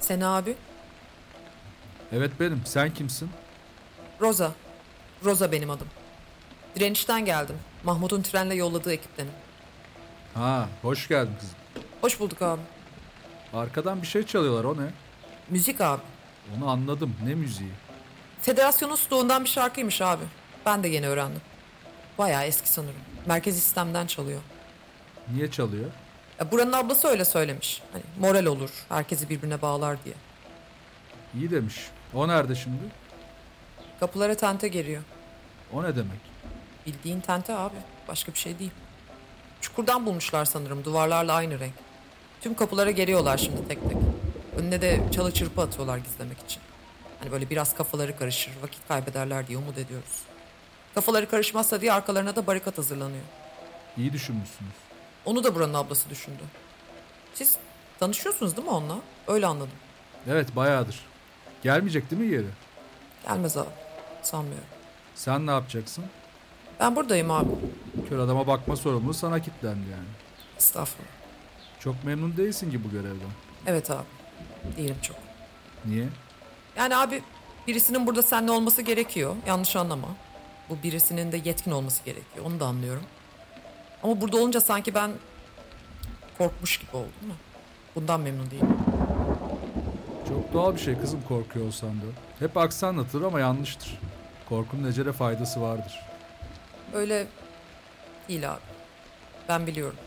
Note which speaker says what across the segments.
Speaker 1: Sen abi?
Speaker 2: Evet benim. Sen kimsin?
Speaker 1: Roza. Roza benim adım. Direnişten geldim. Mahmut'un trenle yolladığı ekiptenim.
Speaker 2: Ha, hoş geldin kızım.
Speaker 1: Hoş bulduk abi.
Speaker 2: Arkadan bir şey çalıyorlar o ne?
Speaker 1: Müzik abi.
Speaker 2: Onu anladım. Ne müziği?
Speaker 1: Federasyonun stoğundan bir şarkıymış abi. Ben de yeni öğrendim. Bayağı eski sanırım. Merkezi sistemden çalıyor.
Speaker 2: Niye çalıyor?
Speaker 1: Ya buranın ablası öyle söylemiş. Hani moral olur, herkesi birbirine bağlar diye.
Speaker 2: İyi demiş. O nerede şimdi?
Speaker 1: Kapılara tente geliyor.
Speaker 2: O ne demek?
Speaker 1: Bildiğin tente abi. Başka bir şey değil. Çukurdan bulmuşlar sanırım. Duvarlarla aynı renk. Tüm kapılara geliyorlar şimdi tek tek. Önüne de çalı çırpı atıyorlar gizlemek için. Hani böyle biraz kafaları karışır, vakit kaybederler diye umut ediyoruz. Kafaları karışmazsa diye arkalarına da barikat hazırlanıyor.
Speaker 2: İyi düşünmüşsünüz.
Speaker 1: Onu da buranın ablası düşündü. Siz tanışıyorsunuz değil mi onunla? Öyle anladım.
Speaker 2: Evet bayağıdır. Gelmeyecek değil mi geri?
Speaker 1: Gelmez abi. Sanmıyorum.
Speaker 2: Sen ne yapacaksın?
Speaker 1: Ben buradayım abi.
Speaker 2: Kör adama bakma sorumluluğu sana kilitlendi yani.
Speaker 1: Estağfurullah.
Speaker 2: Çok memnun değilsin ki bu görevden.
Speaker 1: Evet abi. Değilim çok.
Speaker 2: Niye?
Speaker 1: Yani abi birisinin burada seninle olması gerekiyor. Yanlış anlama. Bu birisinin de yetkin olması gerekiyor. Onu da anlıyorum. Ama burada olunca sanki ben korkmuş gibi oldum mu? Bundan memnun değilim.
Speaker 2: Çok doğal bir şey kızım korkuyor olsan da. Hep aksi anlatılır ama yanlıştır. Korkunun ecele faydası vardır.
Speaker 1: Öyle değil abi. Ben biliyorum.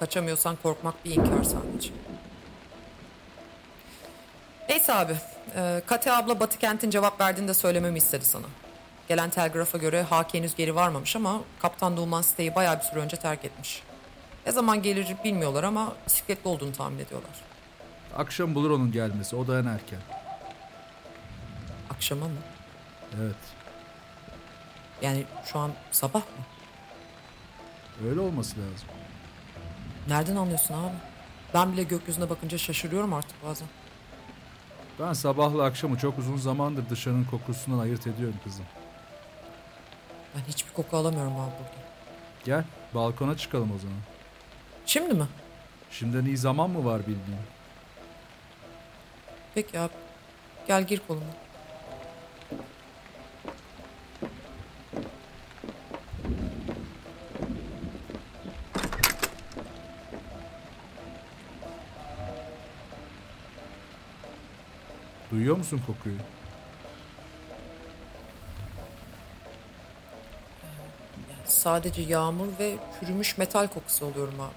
Speaker 1: Kaçamıyorsan korkmak bir inkar sadece. Neyse abi. E, Kate abla Batı Kent'in cevap verdiğini de söylememi istedi sana. Gelen telgrafa göre Haki henüz geri varmamış ama Kaptan Doğuman siteyi bayağı bir süre önce terk etmiş. Ne zaman gelir bilmiyorlar ama bisikletli olduğunu tahmin ediyorlar.
Speaker 2: Akşam bulur onun gelmesi. O da en erken.
Speaker 1: Akşama mı?
Speaker 2: Evet.
Speaker 1: Yani şu an sabah mı?
Speaker 2: Öyle olması lazım.
Speaker 1: Nereden anlıyorsun abi? Ben bile gökyüzüne bakınca şaşırıyorum artık bazen.
Speaker 2: Ben sabahla akşamı çok uzun zamandır dışarının kokusundan ayırt ediyorum kızım.
Speaker 1: Ben hiçbir koku alamıyorum abi burada.
Speaker 2: Gel balkona çıkalım o zaman.
Speaker 1: Şimdi mi?
Speaker 2: Şimdiden iyi zaman mı var bildiğin?
Speaker 1: Peki abi. Gel gir koluma.
Speaker 2: Duyuyor musun kokuyu?
Speaker 1: Sadece yağmur ve çürümüş metal kokusu oluyorum abi.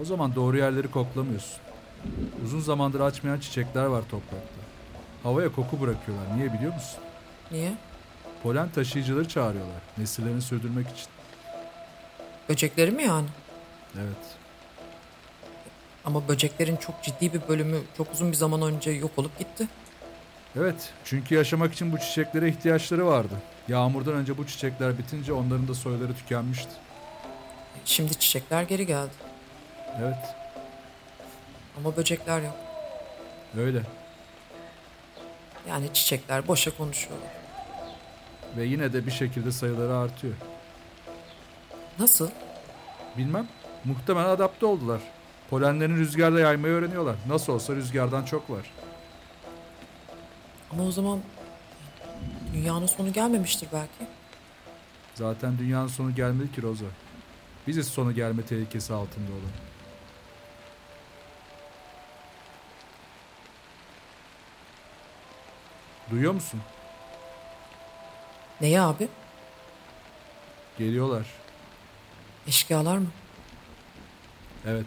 Speaker 2: O zaman doğru yerleri koklamıyorsun. Uzun zamandır açmayan çiçekler var toprakta. Havaya koku bırakıyorlar. Niye biliyor musun?
Speaker 1: Niye?
Speaker 2: Polen taşıyıcıları çağırıyorlar. Nesillerini sürdürmek için.
Speaker 1: Böcekleri mi yani?
Speaker 2: Evet.
Speaker 1: hani. Ama böceklerin çok ciddi bir bölümü çok uzun bir zaman önce yok olup gitti.
Speaker 2: Evet. Çünkü yaşamak için bu çiçeklere ihtiyaçları vardı. Yağmurdan önce bu çiçekler bitince onların da soyları tükenmişti.
Speaker 1: Şimdi çiçekler geri geldi.
Speaker 2: Evet.
Speaker 1: Ama böcekler yok.
Speaker 2: Öyle.
Speaker 1: Yani çiçekler boşa konuşuyorlar.
Speaker 2: Ve yine de bir şekilde sayıları artıyor.
Speaker 1: Nasıl?
Speaker 2: Bilmem. Muhtemelen adapte oldular. Polenlerini rüzgarda yaymayı öğreniyorlar. Nasıl olsa rüzgardan çok var.
Speaker 1: Ama o zaman dünyanın sonu gelmemiştir belki.
Speaker 2: Zaten dünyanın sonu gelmedi ki Roza. Biziz sonu gelme tehlikesi altında olan. Duyuyor musun?
Speaker 1: Neyi abi?
Speaker 2: Geliyorlar.
Speaker 1: Eşkıyalar mı?
Speaker 2: Evet.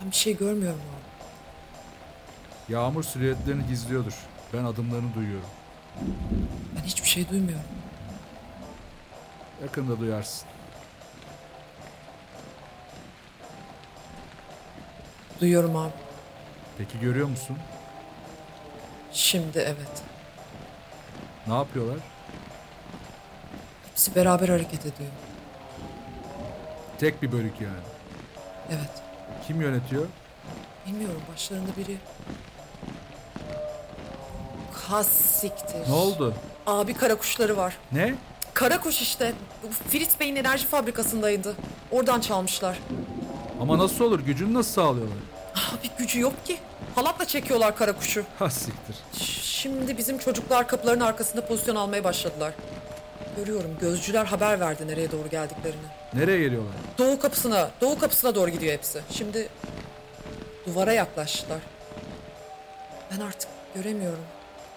Speaker 1: Ben bir şey görmüyorum abi.
Speaker 2: Yağmur silüetlerini gizliyordur. Ben adımlarını duyuyorum.
Speaker 1: Ben hiçbir şey duymuyorum.
Speaker 2: Yakında duyarsın.
Speaker 1: Duyuyorum abi.
Speaker 2: Peki görüyor musun?
Speaker 1: Şimdi evet.
Speaker 2: Ne yapıyorlar?
Speaker 1: Hepsi beraber hareket ediyor.
Speaker 2: Tek bir bölük yani.
Speaker 1: Evet.
Speaker 2: Kim yönetiyor?
Speaker 1: Bilmiyorum başlarında biri. Kas siktir.
Speaker 2: Ne oldu?
Speaker 1: Abi kara kuşları var.
Speaker 2: Ne?
Speaker 1: Kara kuş işte. Bu Filiz Bey'in enerji fabrikasındaydı. Oradan çalmışlar.
Speaker 2: Ama nasıl olur? Gücünü nasıl sağlıyorlar?
Speaker 1: Abi gücü yok ki. Halatla çekiyorlar kara kuşu.
Speaker 2: Ha siktir.
Speaker 1: Şimdi bizim çocuklar kapıların arkasında pozisyon almaya başladılar. Görüyorum gözcüler haber verdi nereye doğru geldiklerini.
Speaker 2: Nereye geliyorlar?
Speaker 1: Doğu kapısına, doğu kapısına doğru gidiyor hepsi. Şimdi duvara yaklaştılar. Ben artık göremiyorum.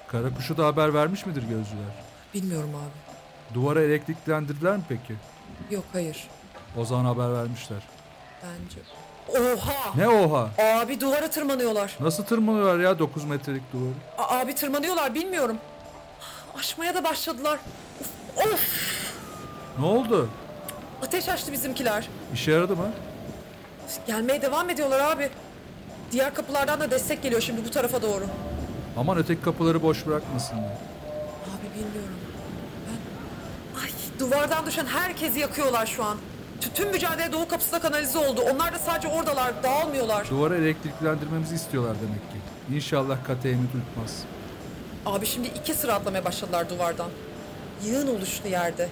Speaker 2: Karakuş'u da haber vermiş midir gözcüler?
Speaker 1: Bilmiyorum abi.
Speaker 2: Duvara elektriklendirdiler mi peki?
Speaker 1: Yok hayır.
Speaker 2: O zaman haber vermişler.
Speaker 1: Bence. Oha!
Speaker 2: Ne oha?
Speaker 1: Abi duvara tırmanıyorlar.
Speaker 2: Nasıl tırmanıyorlar ya 9 metrelik duvarı?
Speaker 1: A- abi tırmanıyorlar bilmiyorum. Aşmaya da başladılar. Of, of!
Speaker 2: Ne oldu?
Speaker 1: Ateş açtı bizimkiler.
Speaker 2: İşe yaradı mı?
Speaker 1: Gelmeye devam ediyorlar abi. Diğer kapılardan da destek geliyor şimdi bu tarafa doğru.
Speaker 2: Aman öteki kapıları boş bırakmasınlar.
Speaker 1: Abi bilmiyorum. Ben... Ay duvardan düşen herkesi yakıyorlar şu an. Tü- Tüm mücadele doğu kapısına kanalize oldu. Onlar da sadece oradalar, dağılmıyorlar.
Speaker 2: Duvara elektriklendirmemizi istiyorlar demek ki. İnşallah kateğimi tutmaz.
Speaker 1: Abi şimdi iki sıra atlamaya başladılar duvardan. Yığın oluştu yerde.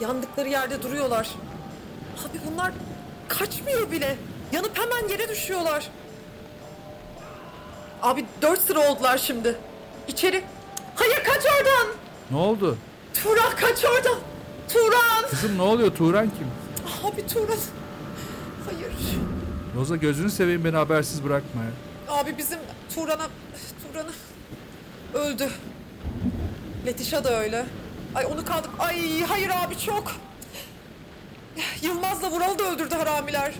Speaker 1: Yandıkları yerde duruyorlar. Abi bunlar kaçmıyor bile. Yanıp hemen yere düşüyorlar. Abi dört sıra oldular şimdi. İçeri. Hayır kaç oradan.
Speaker 2: Ne oldu?
Speaker 1: Turan kaç oradan. Turan.
Speaker 2: Kızım ne oluyor? Turan kim?
Speaker 1: Abi Turan. Hayır.
Speaker 2: Roza gözünü seveyim beni habersiz bırakma ya.
Speaker 1: Abi bizim Turan'a... Turan'a... Öldü. Letişa da öyle. Ay onu kaldım. Ay hayır abi çok. Yılmaz'la Vural'ı da öldürdü haramiler.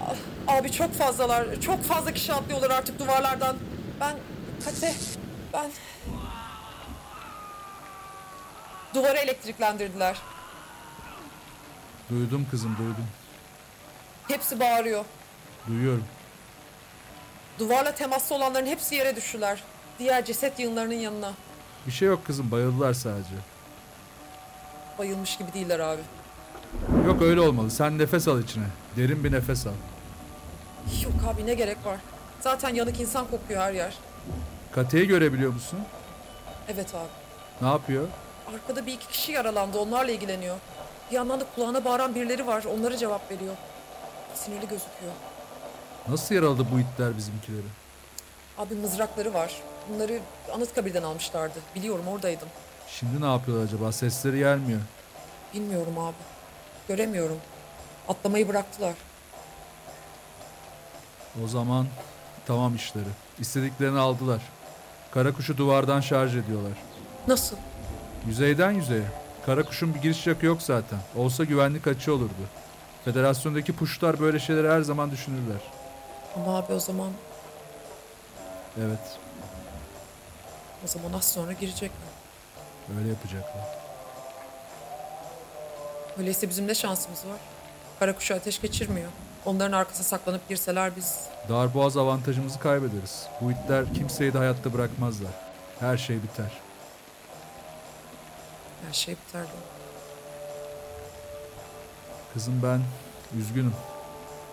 Speaker 1: Ah, Abi çok fazlalar. Çok fazla kişi atlıyorlar artık duvarlardan. Ben... Kate... Ben... Duvara elektriklendirdiler.
Speaker 2: Duydum kızım duydum.
Speaker 1: Hepsi bağırıyor.
Speaker 2: Duyuyorum.
Speaker 1: Duvarla temaslı olanların hepsi yere düştüler. Diğer ceset yığınlarının yanına.
Speaker 2: Bir şey yok kızım bayıldılar sadece.
Speaker 1: Bayılmış gibi değiller abi.
Speaker 2: Yok öyle olmalı. Sen nefes al içine. Derin bir nefes al.
Speaker 1: Yok abi ne gerek var. Zaten yanık insan kokuyor her yer.
Speaker 2: Kate'yi görebiliyor musun?
Speaker 1: Evet abi.
Speaker 2: Ne yapıyor?
Speaker 1: Arkada bir iki kişi yaralandı onlarla ilgileniyor. Bir yandan da kulağına bağıran birileri var onlara cevap veriyor. Sinirli gözüküyor.
Speaker 2: Nasıl yaraladı bu itler bizimkileri?
Speaker 1: Abi mızrakları var. Bunları Anıtkabir'den almışlardı. Biliyorum oradaydım.
Speaker 2: Şimdi ne yapıyorlar acaba? Sesleri gelmiyor.
Speaker 1: Bilmiyorum abi. Göremiyorum. Atlamayı bıraktılar.
Speaker 2: O zaman tamam işleri. İstediklerini aldılar. Karakuşu duvardan şarj ediyorlar.
Speaker 1: Nasıl?
Speaker 2: Yüzeyden yüzeye. Karakuş'un bir giriş yakı yok zaten. Olsa güvenlik açı olurdu. Federasyondaki puşlar böyle şeyleri her zaman düşünürler.
Speaker 1: Ama abi o zaman
Speaker 2: Evet,
Speaker 1: o zaman az sonra girecek mi?
Speaker 2: öyle yapacaklar.
Speaker 1: Öyleyse bizim ne şansımız var? Karakuşa ateş geçirmiyor. Onların arkasına saklanıp girseler biz...
Speaker 2: Darboğaz avantajımızı kaybederiz. Bu itler kimseyi de hayatta bırakmazlar. Her şey biter.
Speaker 1: Her şey biterdi.
Speaker 2: Kızım ben üzgünüm.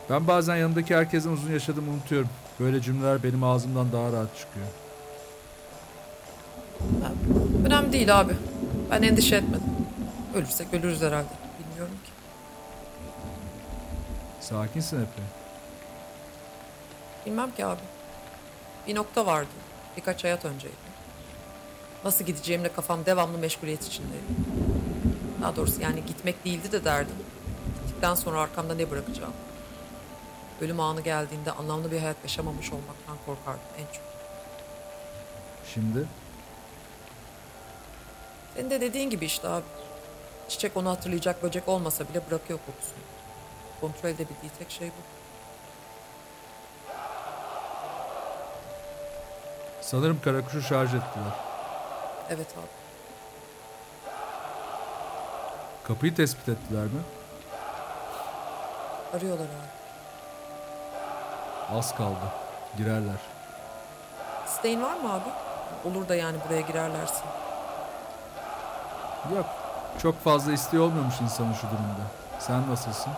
Speaker 2: Ben bazen yanımdaki herkesin uzun yaşadığımı unutuyorum. Böyle cümleler benim ağzımdan daha rahat çıkıyor.
Speaker 1: Önemli değil abi. Ben endişe etmedim. Ölürsek ölürüz herhalde. Bilmiyorum ki.
Speaker 2: Sakinsin epey.
Speaker 1: Bilmem ki abi. Bir nokta vardı. Birkaç hayat önceydi. Nasıl gideceğimle kafam devamlı meşguliyet içindeydi. Daha doğrusu yani gitmek değildi de derdim. Gittikten sonra arkamda ne bırakacağım? Ölüm anı geldiğinde anlamlı bir hayat yaşamamış olmaktan korkardım en çok.
Speaker 2: Şimdi
Speaker 1: Senin de dediğin gibi işte abi. Çiçek onu hatırlayacak böcek olmasa bile bırakıyor kokusunu. Kontrol edebildiği tek şey bu.
Speaker 2: sanırım karakuşu şarj ettiler.
Speaker 1: Evet abi.
Speaker 2: Kapıyı tespit ettiler mi?
Speaker 1: Arıyorlar abi.
Speaker 2: Az kaldı. Girerler.
Speaker 1: İsteğin var mı abi? Olur da yani buraya girerlerse.
Speaker 2: Yok. Çok fazla isteği olmuyormuş insanın şu durumda. Sen nasılsın?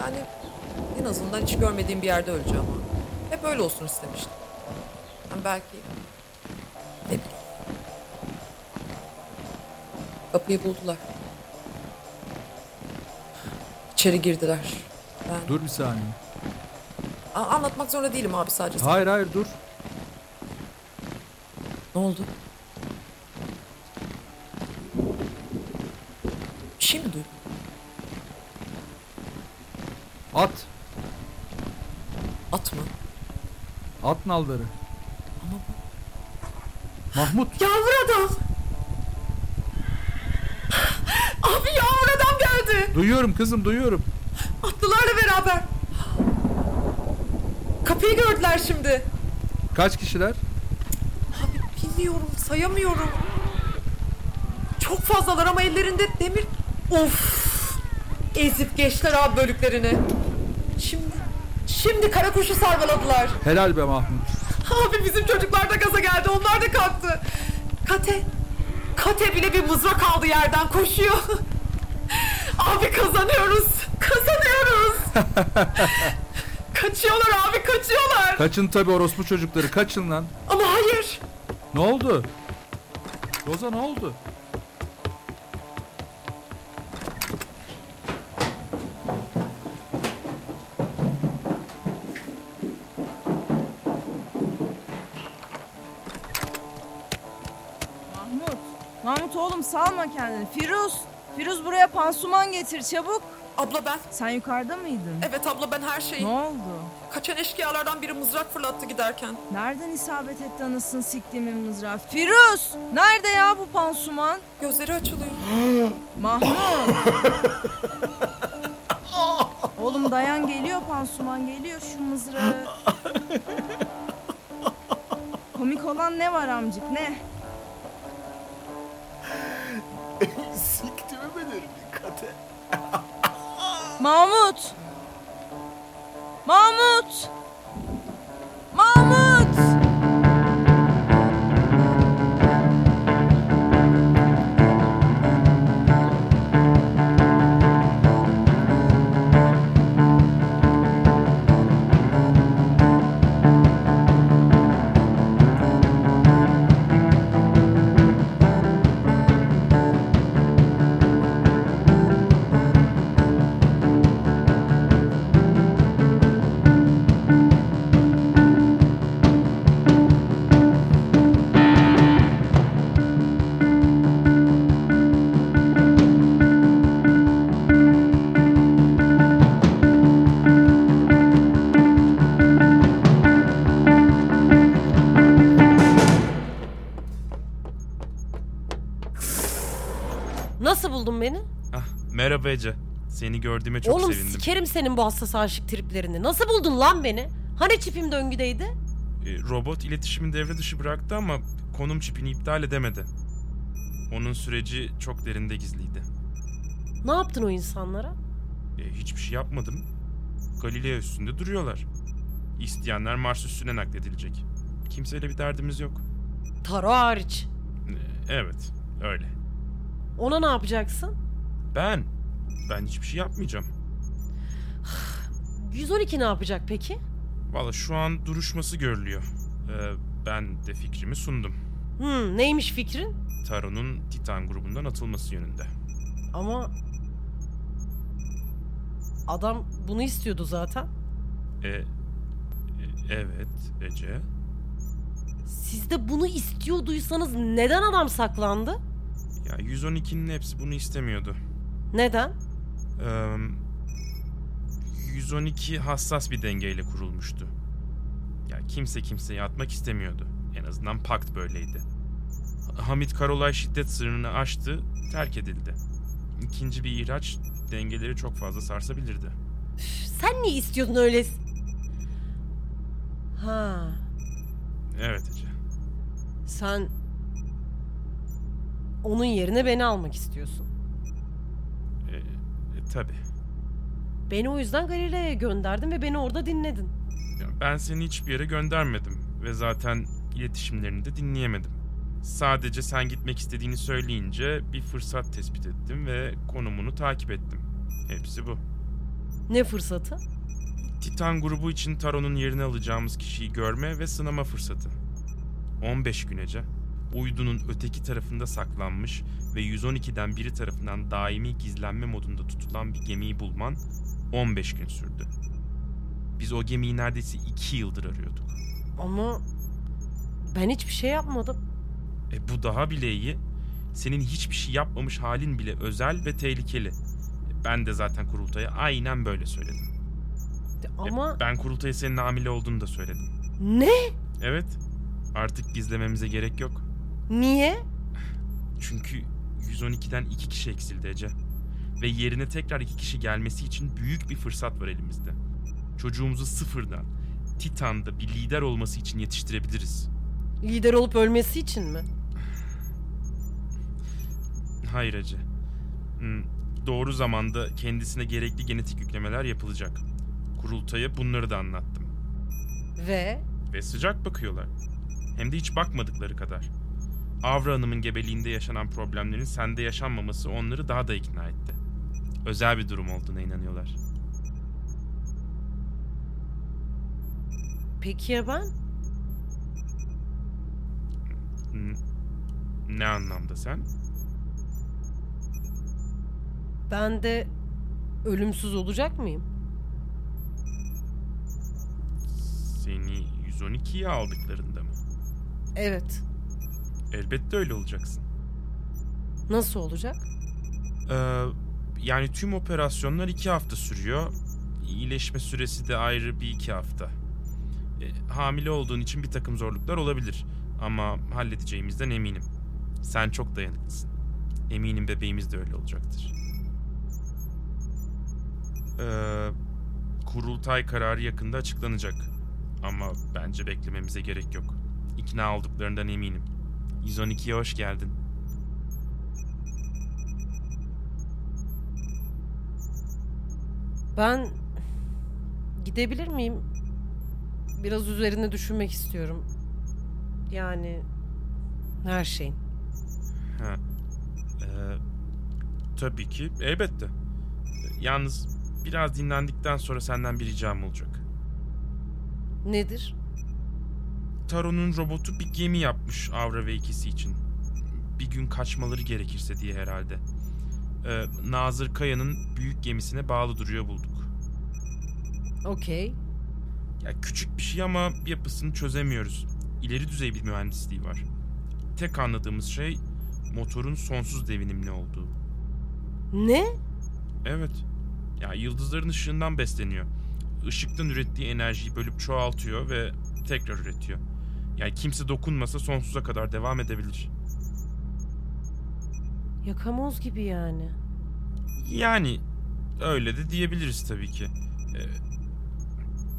Speaker 1: Yani en azından hiç görmediğim bir yerde öleceğim abi. Hep öyle olsun istemiştim. Yani belki... Ne bileyim. Kapıyı buldular. İçeri girdiler. Ben
Speaker 2: Dur bir saniye.
Speaker 1: A- anlatmak zorunda değilim abi sadece. sana.
Speaker 2: Hayır hayır dur.
Speaker 1: Ne oldu? Bir şey mi duydun?
Speaker 2: At.
Speaker 1: At mı?
Speaker 2: At nalları.
Speaker 1: Ama
Speaker 2: Mahmut.
Speaker 1: Yavru adam! Abi yavru adam geldi!
Speaker 2: Duyuyorum kızım duyuyorum.
Speaker 1: Atlılarla beraber. Kapıyı gördüler şimdi.
Speaker 2: Kaç kişiler?
Speaker 1: Abi bilmiyorum, sayamıyorum. Çok fazlalar ama ellerinde demir... Of! Ezip geçtiler abi bölüklerini. Şimdi... Şimdi kara kuşu sarmaladılar.
Speaker 2: Helal be Mahmut.
Speaker 1: Abi bizim çocuklar da gaza geldi. Onlar da kalktı. Kate. Kate bile bir mızrak aldı yerden koşuyor. abi kazanıyoruz. Kazanıyoruz. kaçıyorlar abi kaçıyorlar.
Speaker 2: Kaçın tabi orospu çocukları kaçın lan.
Speaker 1: Ama hayır.
Speaker 2: Ne oldu? Roza ne oldu?
Speaker 3: Mahmut. Mahmut oğlum salma kendini. Firuz. Firuz buraya pansuman getir çabuk.
Speaker 1: Abla ben.
Speaker 3: Sen yukarıda mıydın?
Speaker 1: Evet abla ben her şeyi.
Speaker 3: Ne oldu?
Speaker 1: Kaçan eşkıyalardan biri mızrak fırlattı giderken.
Speaker 3: Nereden isabet etti anasını siktiğimin mızrağı? Firuz! Nerede ya bu pansuman?
Speaker 1: Gözleri açılıyor.
Speaker 3: Mahmut! oğlum dayan geliyor pansuman geliyor şu mızrağı. Komik olan ne var amcık ne?
Speaker 4: Siktirme derim dikkate.
Speaker 3: Mahmut! Mahmut! Mahmut!
Speaker 5: Nasıl buldun beni?
Speaker 6: Ah, merhaba Ece. Seni gördüğüme çok
Speaker 5: Oğlum
Speaker 6: sevindim.
Speaker 5: sikerim senin bu hassas aşık triplerini. Nasıl buldun lan beni? Hani çipim döngüdeydi?
Speaker 6: Ee, Robot iletişimi devre dışı bıraktı ama konum çipini iptal edemedi. Onun süreci çok derinde gizliydi.
Speaker 5: Ne yaptın o insanlara?
Speaker 6: Ee, hiçbir şey yapmadım. Galileo üstünde duruyorlar. İsteyenler Mars üstüne nakledilecek. Kimseyle bir derdimiz yok.
Speaker 5: Taro hariç.
Speaker 6: Ee, evet, öyle.
Speaker 5: Ona ne yapacaksın?
Speaker 6: Ben, ben hiçbir şey yapmayacağım.
Speaker 5: 112 ne yapacak peki?
Speaker 6: Valla şu an duruşması görülüyor. Ee, ben de fikrimi sundum.
Speaker 5: Hmm, neymiş fikrin?
Speaker 6: Taro'nun Titan grubundan atılması yönünde.
Speaker 5: Ama... Adam bunu istiyordu zaten.
Speaker 6: E, e, evet Ece.
Speaker 5: Siz de bunu istiyorduysanız neden adam saklandı?
Speaker 6: Ya 112'nin hepsi bunu istemiyordu.
Speaker 5: Neden?
Speaker 6: Eee, 112 hassas bir dengeyle kurulmuştu. Ya kimse kimseyi atmak istemiyordu. En azından pakt böyleydi. Ha- Hamit Karolay şiddet sınırını aştı, terk edildi. İkinci bir ihraç dengeleri çok fazla sarsabilirdi.
Speaker 5: Üf, Sen niye istiyordun öyle... Ha,
Speaker 6: Evet Ece.
Speaker 5: sen... Onun yerine beni almak istiyorsun.
Speaker 6: E, e, tabii.
Speaker 5: Beni o yüzden Galileo'ya gönderdin ve beni orada dinledin.
Speaker 6: Ya ben seni hiçbir yere göndermedim ve zaten iletişimlerini de dinleyemedim. Sadece sen gitmek istediğini söyleyince bir fırsat tespit ettim ve konumunu takip ettim. Hepsi bu.
Speaker 5: Ne fırsatı?
Speaker 6: Titan grubu için Taro'nun yerine alacağımız kişiyi görme ve sınama fırsatı. 15 günece uydunun öteki tarafında saklanmış ve 112'den biri tarafından daimi gizlenme modunda tutulan bir gemiyi bulman 15 gün sürdü. Biz o gemiyi neredeyse 2 yıldır arıyorduk.
Speaker 5: Ama ben hiçbir şey yapmadım.
Speaker 6: E bu daha bile iyi. Senin hiçbir şey yapmamış halin bile özel ve tehlikeli. E, Ben de zaten kurultaya aynen böyle söyledim.
Speaker 5: De-
Speaker 6: E,
Speaker 5: Ama
Speaker 6: Ben kurultaya senin hamile olduğunu da söyledim.
Speaker 5: ne?
Speaker 6: Evet. Artık gizlememize gerek yok.
Speaker 5: Niye?
Speaker 6: Çünkü 112'den iki kişi eksildi Ece. Ve yerine tekrar iki kişi gelmesi için büyük bir fırsat var elimizde. Çocuğumuzu sıfırdan, Titan'da bir lider olması için yetiştirebiliriz.
Speaker 5: Lider olup ölmesi için mi?
Speaker 6: Hayır Ece. Hmm, Doğru zamanda kendisine gerekli genetik yüklemeler yapılacak. Kurultaya bunları da anlattım.
Speaker 5: Ve
Speaker 6: Ve sıcak bakıyorlar. Hem de hiç bakmadıkları kadar. Avra Hanım'ın gebeliğinde yaşanan problemlerin sende yaşanmaması onları daha da ikna etti. Özel bir durum olduğuna inanıyorlar.
Speaker 5: peki ya ben?
Speaker 6: N- Hmm, Ne anlamda sen?
Speaker 5: Ben de ölümsüz olacak mıyım?
Speaker 6: Seni 112'ye aldıklarında mı?
Speaker 5: Evet.
Speaker 6: Elbette öyle olacaksın.
Speaker 5: Nasıl olacak?
Speaker 6: Ee, yani tüm operasyonlar iki hafta sürüyor. İyileşme süresi de ayrı bir iki hafta. E, hamile olduğun için bir takım zorluklar olabilir. Ama halledeceğimizden eminim. Sen çok dayanıklısın. Eminim bebeğimiz de öyle olacaktır. Ee, kurultay kararı yakında açıklanacak. Ama bence beklememize gerek yok. İkna olduklarından eminim. 112'ye hoş geldin.
Speaker 5: Ben gidebilir miyim? Biraz üzerine düşünmek istiyorum. Yani her şeyin.
Speaker 6: Ha. Ee, tabii ki elbette. Yalnız biraz dinlendikten sonra senden bir ricam olacak.
Speaker 5: Nedir?
Speaker 6: Taro'nun robotu bir gemi yapmış Avra ve ikisi için. Bir gün kaçmaları gerekirse diye herhalde. Ee, Nazır Kaya'nın büyük gemisine bağlı duruyor bulduk.
Speaker 5: Okey.
Speaker 6: Ya küçük bir şey ama yapısını çözemiyoruz. İleri düzey bir mühendisliği var. Tek anladığımız şey motorun sonsuz devinimli olduğu.
Speaker 5: Ne?
Speaker 6: Evet. Ya yıldızların ışığından besleniyor. Işıktan ürettiği enerjiyi bölüp çoğaltıyor ve tekrar üretiyor. Yani kimse dokunmasa sonsuza kadar devam edebilir.
Speaker 5: Yakamoz gibi yani.
Speaker 6: Yani öyle de diyebiliriz tabii ki. Ee,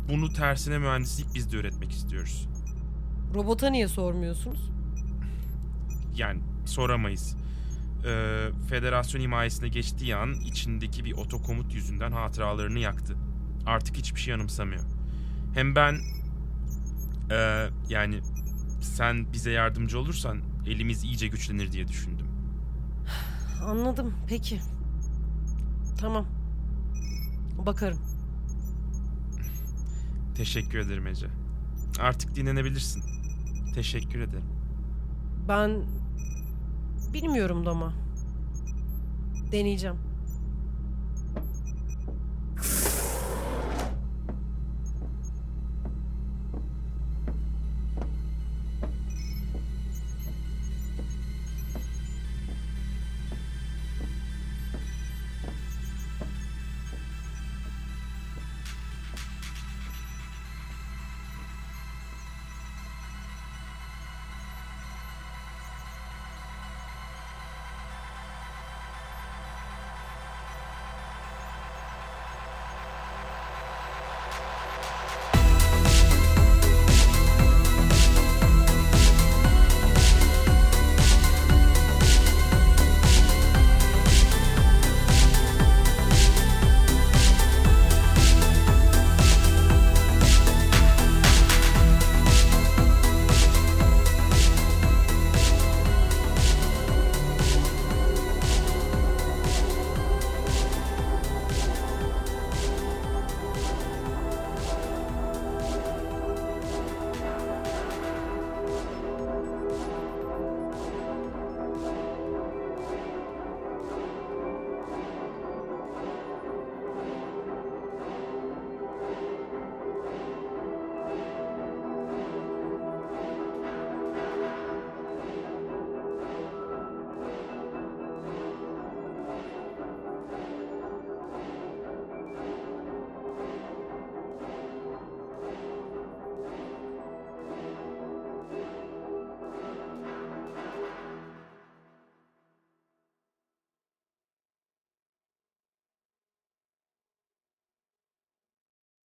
Speaker 6: bunu tersine mühendislik biz de öğretmek istiyoruz.
Speaker 5: Robota niye sormuyorsunuz?
Speaker 6: Yani soramayız. Ee, federasyon himayesine geçtiği an içindeki bir otokomut yüzünden hatıralarını yaktı. Artık hiçbir şey anımsamıyor. Hem ben... ee, yani sen bize yardımcı olursan elimiz iyice güçlenir diye düşündüm.
Speaker 5: Anladım. Peki. Tamam. Bakarım.
Speaker 6: Teşekkür ederim Ece. Artık dinlenebilirsin. Teşekkür ederim.
Speaker 5: Ben bilmiyorum da ama. Deneyeceğim.